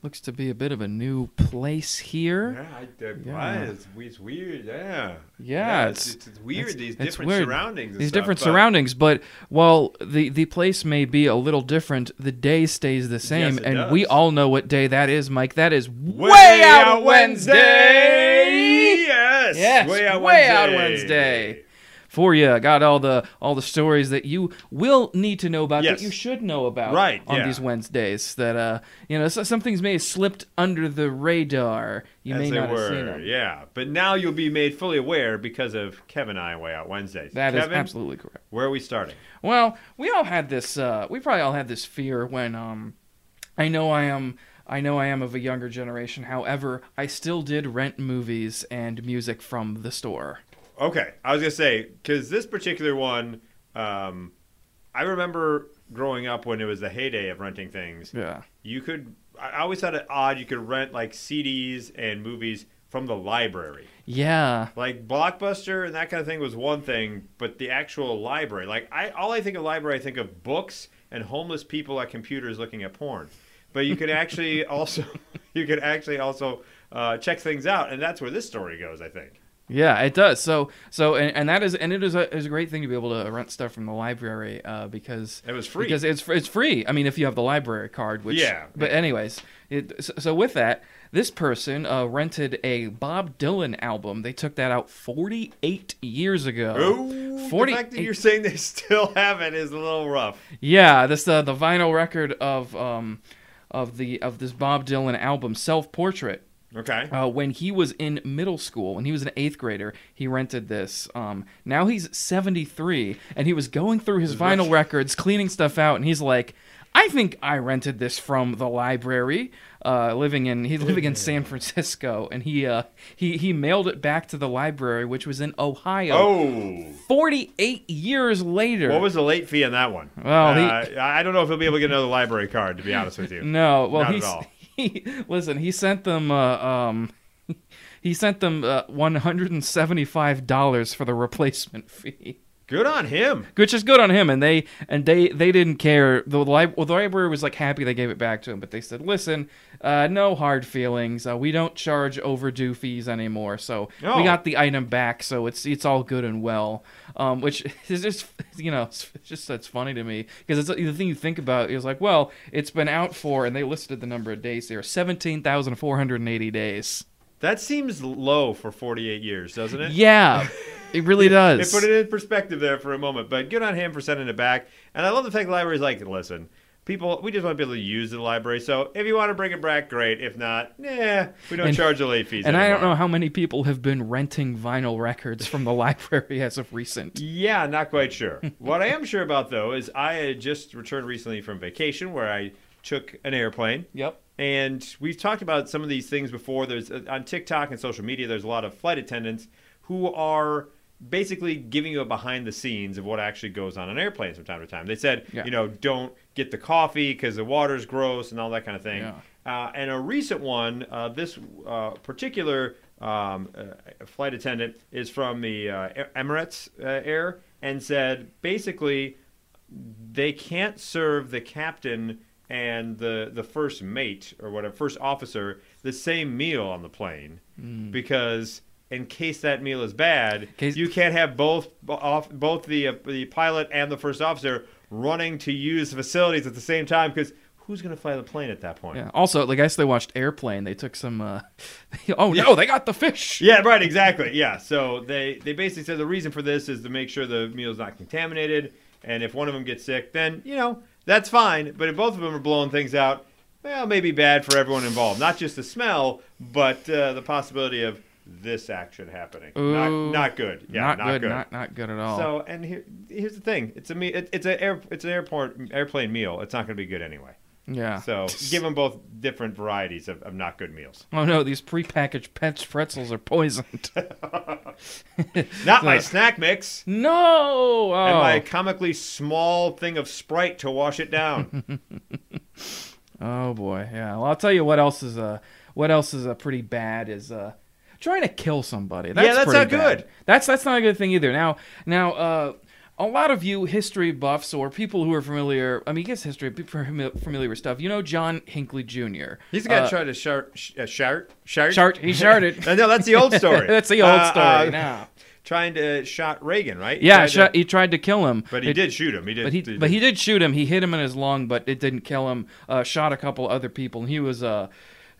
Looks to be a bit of a new place here. Yeah, I, uh, Yeah. why? It's, it's weird. Yeah. Yeah, it's, it's- it's, it's weird. it's- these it's different weird. surroundings. and These stuff, different but- surroundings, but while the the place may be a little different, the day stays the same, it and we does. all know what day that is, Mike. That is way, Way out Out Wednesday. Yes. Yes, Way out Way Wednesday. Out Wednesday. For you, got all the all the stories that you will need to know about Yes. that you should know about Right, on yeah. these Wednesdays. That uh, you know, so, some things may have slipped under the radar. You As may they not have seen were. them. Yeah. But now you'll be made fully aware because of Kevin and I Way Out Wednesdays. That is Kevin, absolutely correct. Where are we starting? Well, we all had this. Uh, we probably all had this fear when um, I know I am. I know I am of a younger generation. However, I still did rent movies and music from the store. Okay, I was gonna say because this particular one, um, I remember growing up when it was the heyday of renting things. Yeah. You could, I always thought it odd. You could rent like CDs and movies from the library. Yeah. Like Blockbuster and that kind of thing was one thing, but the actual library, like I, all I think of library, I think of books and homeless people at computers looking at porn. But you could actually also, you could actually also uh, check things out, and that's where this story goes. I think. Yeah, it does. So, so, and, and that is, and it is a, is a great thing to be able to rent stuff from the library, uh, because It was free. Because it's fr- it's free. I mean, if you have the library card, which Yeah. But anyways, it, so, so with that, this person uh, rented a Bob Dylan album. They took that out 48 years ago. Oh, the 48 fact that you're saying they still have it is a little rough. Yeah, this uh, the vinyl record of um of the of this Bob Dylan album, Self Portrait. Okay. Uh, when he was in middle school, when he was an eighth grader, he rented this. Um, now he's 73, and he was going through his vinyl records, cleaning stuff out, and he's like, I think I rented this from the library. Uh, living in he's living in San Francisco, and he uh, he he mailed it back to the library, which was in Ohio. Oh. 48 years later. What was the late fee on that one? Well, Mm. he- Uh, I I don't know if he'll be able to get another library card, to be honest with you. No, well, Not at he's, all. he listen. He sent them. Uh, um, he sent them uh, one hundred and seventy-five dollars for the replacement fee, Good on him. which is good on him. And they and they they didn't care. The, li- well, the library was like happy they gave it back to him, but they said, "Listen, uh, no hard feelings. Uh, we don't charge overdue fees anymore. So No. we got the item back. So it's it's all good and well." Um, which is just you know it's just that's funny to me because it's the thing you think about is like, well, it's been out for, and they listed the number of days there, seventeen thousand four hundred and eighty days. That seems low for 48 years, doesn't it? Yeah, it really They does. put it in perspective there for a moment, but good on him for sending it back. And I love the fact the library's like, listen, people, we just want to be able to use the library. So if you want to bring it back, great. If not, nah, we don't And- charge the late fees. and I don't anymore. know how many people have been renting vinyl records from the library as of recent. Yeah, not quite sure. what I am sure about though is I had just returned recently from vacation where I took an airplane. Yep. And we've talked about some of these things before. There's uh, on TikTok and social media, there's a lot of flight attendants who are basically giving you a behind the scenes of what actually goes on an airplane from time to time. They said, Yeah. you know, don't get the coffee because the water's gross and all that kind of thing. Yeah. Uh, and a recent one, uh, this uh, particular um, uh, flight attendant is from the uh, Emirates uh, Air and said basically they can't serve the captain and the the first mate or whatever first officer the same meal on the plane because in case that meal is bad, Case- you can't have both bo- off both the uh, the pilot and the first officer running to use facilities at the same time because who's going to fly the plane at that point? Yeah. Also, like I guess they watched Airplane. They took some. Uh, oh no, they got the fish. Yeah, right, exactly. Yeah. So they they basically said the reason for this is to make sure the meal's not contaminated, and if one of them gets sick, then you know that's fine. But if both of them are blowing things out, well, maybe bad for everyone involved. Not just the smell, but uh, the possibility of this action happening. not, Ooh. not good. Yeah, not, good, Not not good at all. So and here, here's the thing: it's a me- it, it's a air, it's an airport airplane meal. It's not going to be good anyway. yeah. So give them both different varieties of, of not good meals. oh no, these prepackaged pet pretzels are poisoned. Not my So- snack mix. no. Oh. and my comically small thing of Sprite to wash it down. oh boy. Yeah. Well, I'll tell you what else is uh what else is uh, pretty bad is uh trying to kill somebody. That's that's pretty not bad. good. That's that's not a good thing either. Now now uh a lot of you history buffs or people who are familiar, I mean, I guess history, people fami- familiar with stuff, you know John Hinckley Jr. He's got Uh, to try to shart, sh- uh, shart, shart, Shart- he sharted. Uh, no, that's the old story. That's the old Uh, story uh, now. Trying to shot Reagan, right? He Yeah, tried he tried, to- he tried to kill him. but he It- did shoot him. He did. But he, but he did shoot him. He hit him in his lung, but it didn't kill him. Uh, shot a couple other people, and he was uh,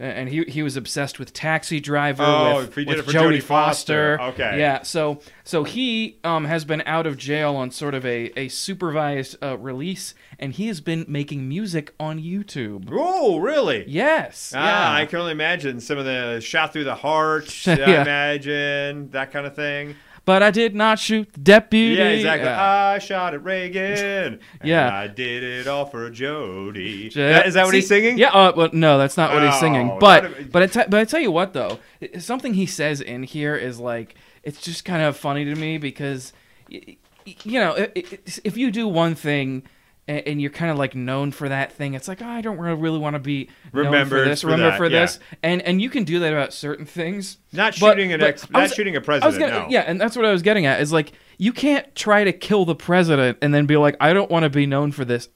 and he he was obsessed with Taxi Driver. Oh, with, if he did with it for Jodie Jodie Foster. Okay. yeah. So so he um has been out of jail on sort of a a supervised uh, release, and he has been making music on YouTube. Oh, really? Yes. Ah, yeah. I can only imagine some of the shot through the heart. I Yeah. imagine that kind of thing. but I did not shoot the deputy. Yeah, exactly. Yeah. I shot at Reagan. And Yeah. I did it all for Jody. Is Yeah. that, is that what See- he's singing? Yeah. Uh, well, no, that's not what he's singing. Oh, But that'd be- but I te- but I tell you what though, i- something he says in here is like it's just kind of funny to me because y- y- you know i- i- if you do one thing. a- And you're kind of like known for that thing. It's like oh, I don't really want to be remember Remembered for this, for remember that, for yeah. this, and and you can do that about certain things. Not But- shooting an but ex. I Not was- shooting I a was president. gonna- no. Yeah, and that's what I was getting at. Is like you can't try to kill the president and then be like, I don't want to be known for this.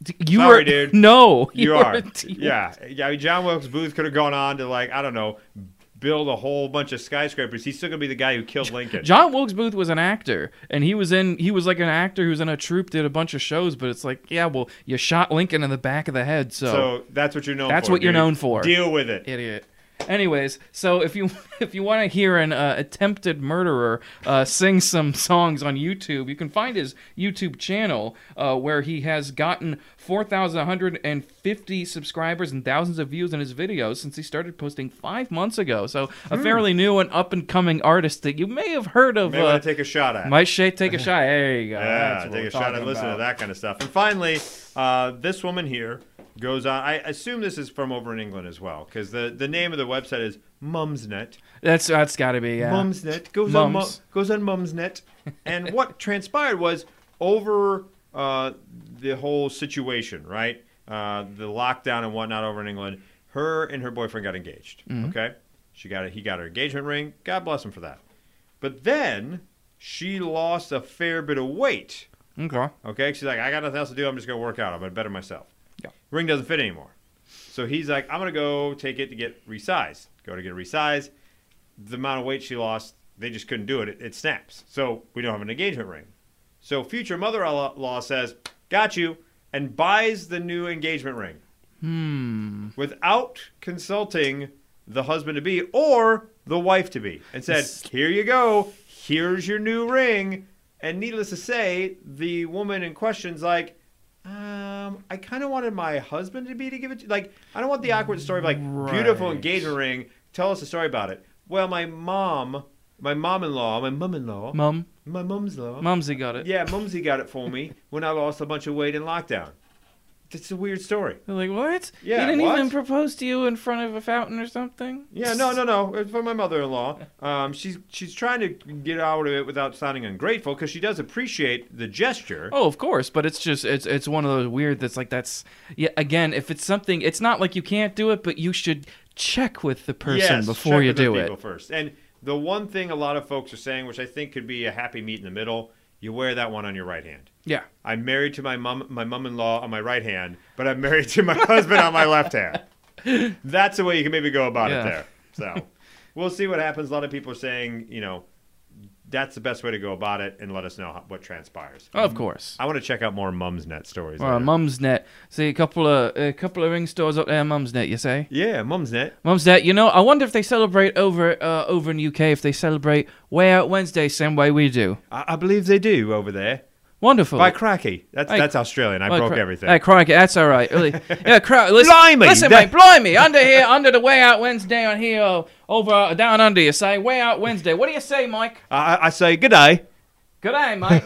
D- You Sorry, are, dude. No, You are. a- you yeah. yeah. I mean, John Wilkes Booth could have gone on to, like, I don't know, build a whole bunch of skyscrapers. He's still going to be the guy who killed Lincoln. John Wilkes Booth was an actor, and he was in. He was like an actor who was in a troupe, did a bunch of shows. But it's like, yeah, well, you shot Lincoln in the back of the head, so, so that's what you're known That's for. what you're dude. known for. Deal with it. idiot. Anyways, so if you if you want to hear an uh, attempted murderer uh, sing some songs on YouTube, you can find his YouTube channel uh, where he has gotten four thousand one hundred and fifty subscribers and thousands of views on his videos since he started posting five months ago. So a fairly new and up and coming artist that you may have heard of. May uh, want to take a shot at. Might Shay take a shot? There you go. Yeah, That's what take we're a shot talking and listen about. to that kind of stuff. And finally, uh, this woman here goes on. I assume this is from over in England as well, because the, the name of the website is Mumsnet. That's that's got to be yeah. Mumsnet goes on mu- Mums. goes on Mumsnet, and what transpired was over uh, the whole situation, right? Uh, the lockdown and whatnot over in England. Her and her boyfriend got engaged. Mm-hmm. Okay, she got a, he got her engagement ring. God bless him for that. But then she lost a fair bit of weight. Okay. Okay, she's like, I got nothing else to do. I'm just gonna work out. I'm gonna better myself. Yeah. Ring doesn't fit anymore, so he's like, I'm gonna go take it to get resized. Go to get resized. The amount of weight she lost, they just couldn't do it. It, it snaps. So we don't have an engagement ring. So future mother-in-law says, "Got you," and buys the new engagement ring Hmm. without consulting the husband to be or the wife to be and said, Here you go. Here's your new ring. And needless to say, the woman in question's like, um, I kind of wanted my husband to be to give it to Like, I don't want the awkward story of like, beautiful Right. engagement ring. Tell us a story about it. Well, my mom, my mom in law, my mum in law, Mum, my mum's law. Mumsy got it. Yeah, Mumsy got it for me when I lost a bunch of weight in lockdown. It's a weird story. They're like, what? Yeah, he didn't what? even propose to you in front of a fountain or something? Yeah, no, no, no. It's for my mother-in-law. Um, she's she's trying to get out of it without sounding ungrateful because she does appreciate the gesture. Oh, of course, but it's just it's it's one of those weird that's like that's yeah. Again, if it's something, it's not like you can't do it, but you should check with the person Yes, before check you with the do people it. first. And the one thing a lot of folks are saying, which I think could be a happy meet in the middle, you wear that one on your right hand. Yeah, I'm married to my mom, my mom-in-law on my right hand, but I'm married to my husband on my left hand. That's the way you can maybe go about Yeah. it there. So we'll see what happens. A lot of people are saying, you know, that's the best way to go about it, and let us know how, what transpires. of course. I want to check out more Mum's Net stories. Well, later. Mum's Net. See a couple of a couple of ring stores up there. Mum's Net, you say? yeah, Mum's Net. Mum's Net. You know, I wonder if they celebrate over uh, over in the UK if they celebrate Way Out Wednesday same way we do. I, I believe they do over there. Wonderful. By cracky, that's Hey. that's Australian. I Oh, broke cri- everything. Hey, crikey, that's all right. Really. Yeah, cri- listen, Blimey, listen, mate, that- blimey, under here, under the way out Wednesday on here, uh, over uh, down under. You say way out Wednesday. What do you say, Mike? I, I say good day. Good day, mate.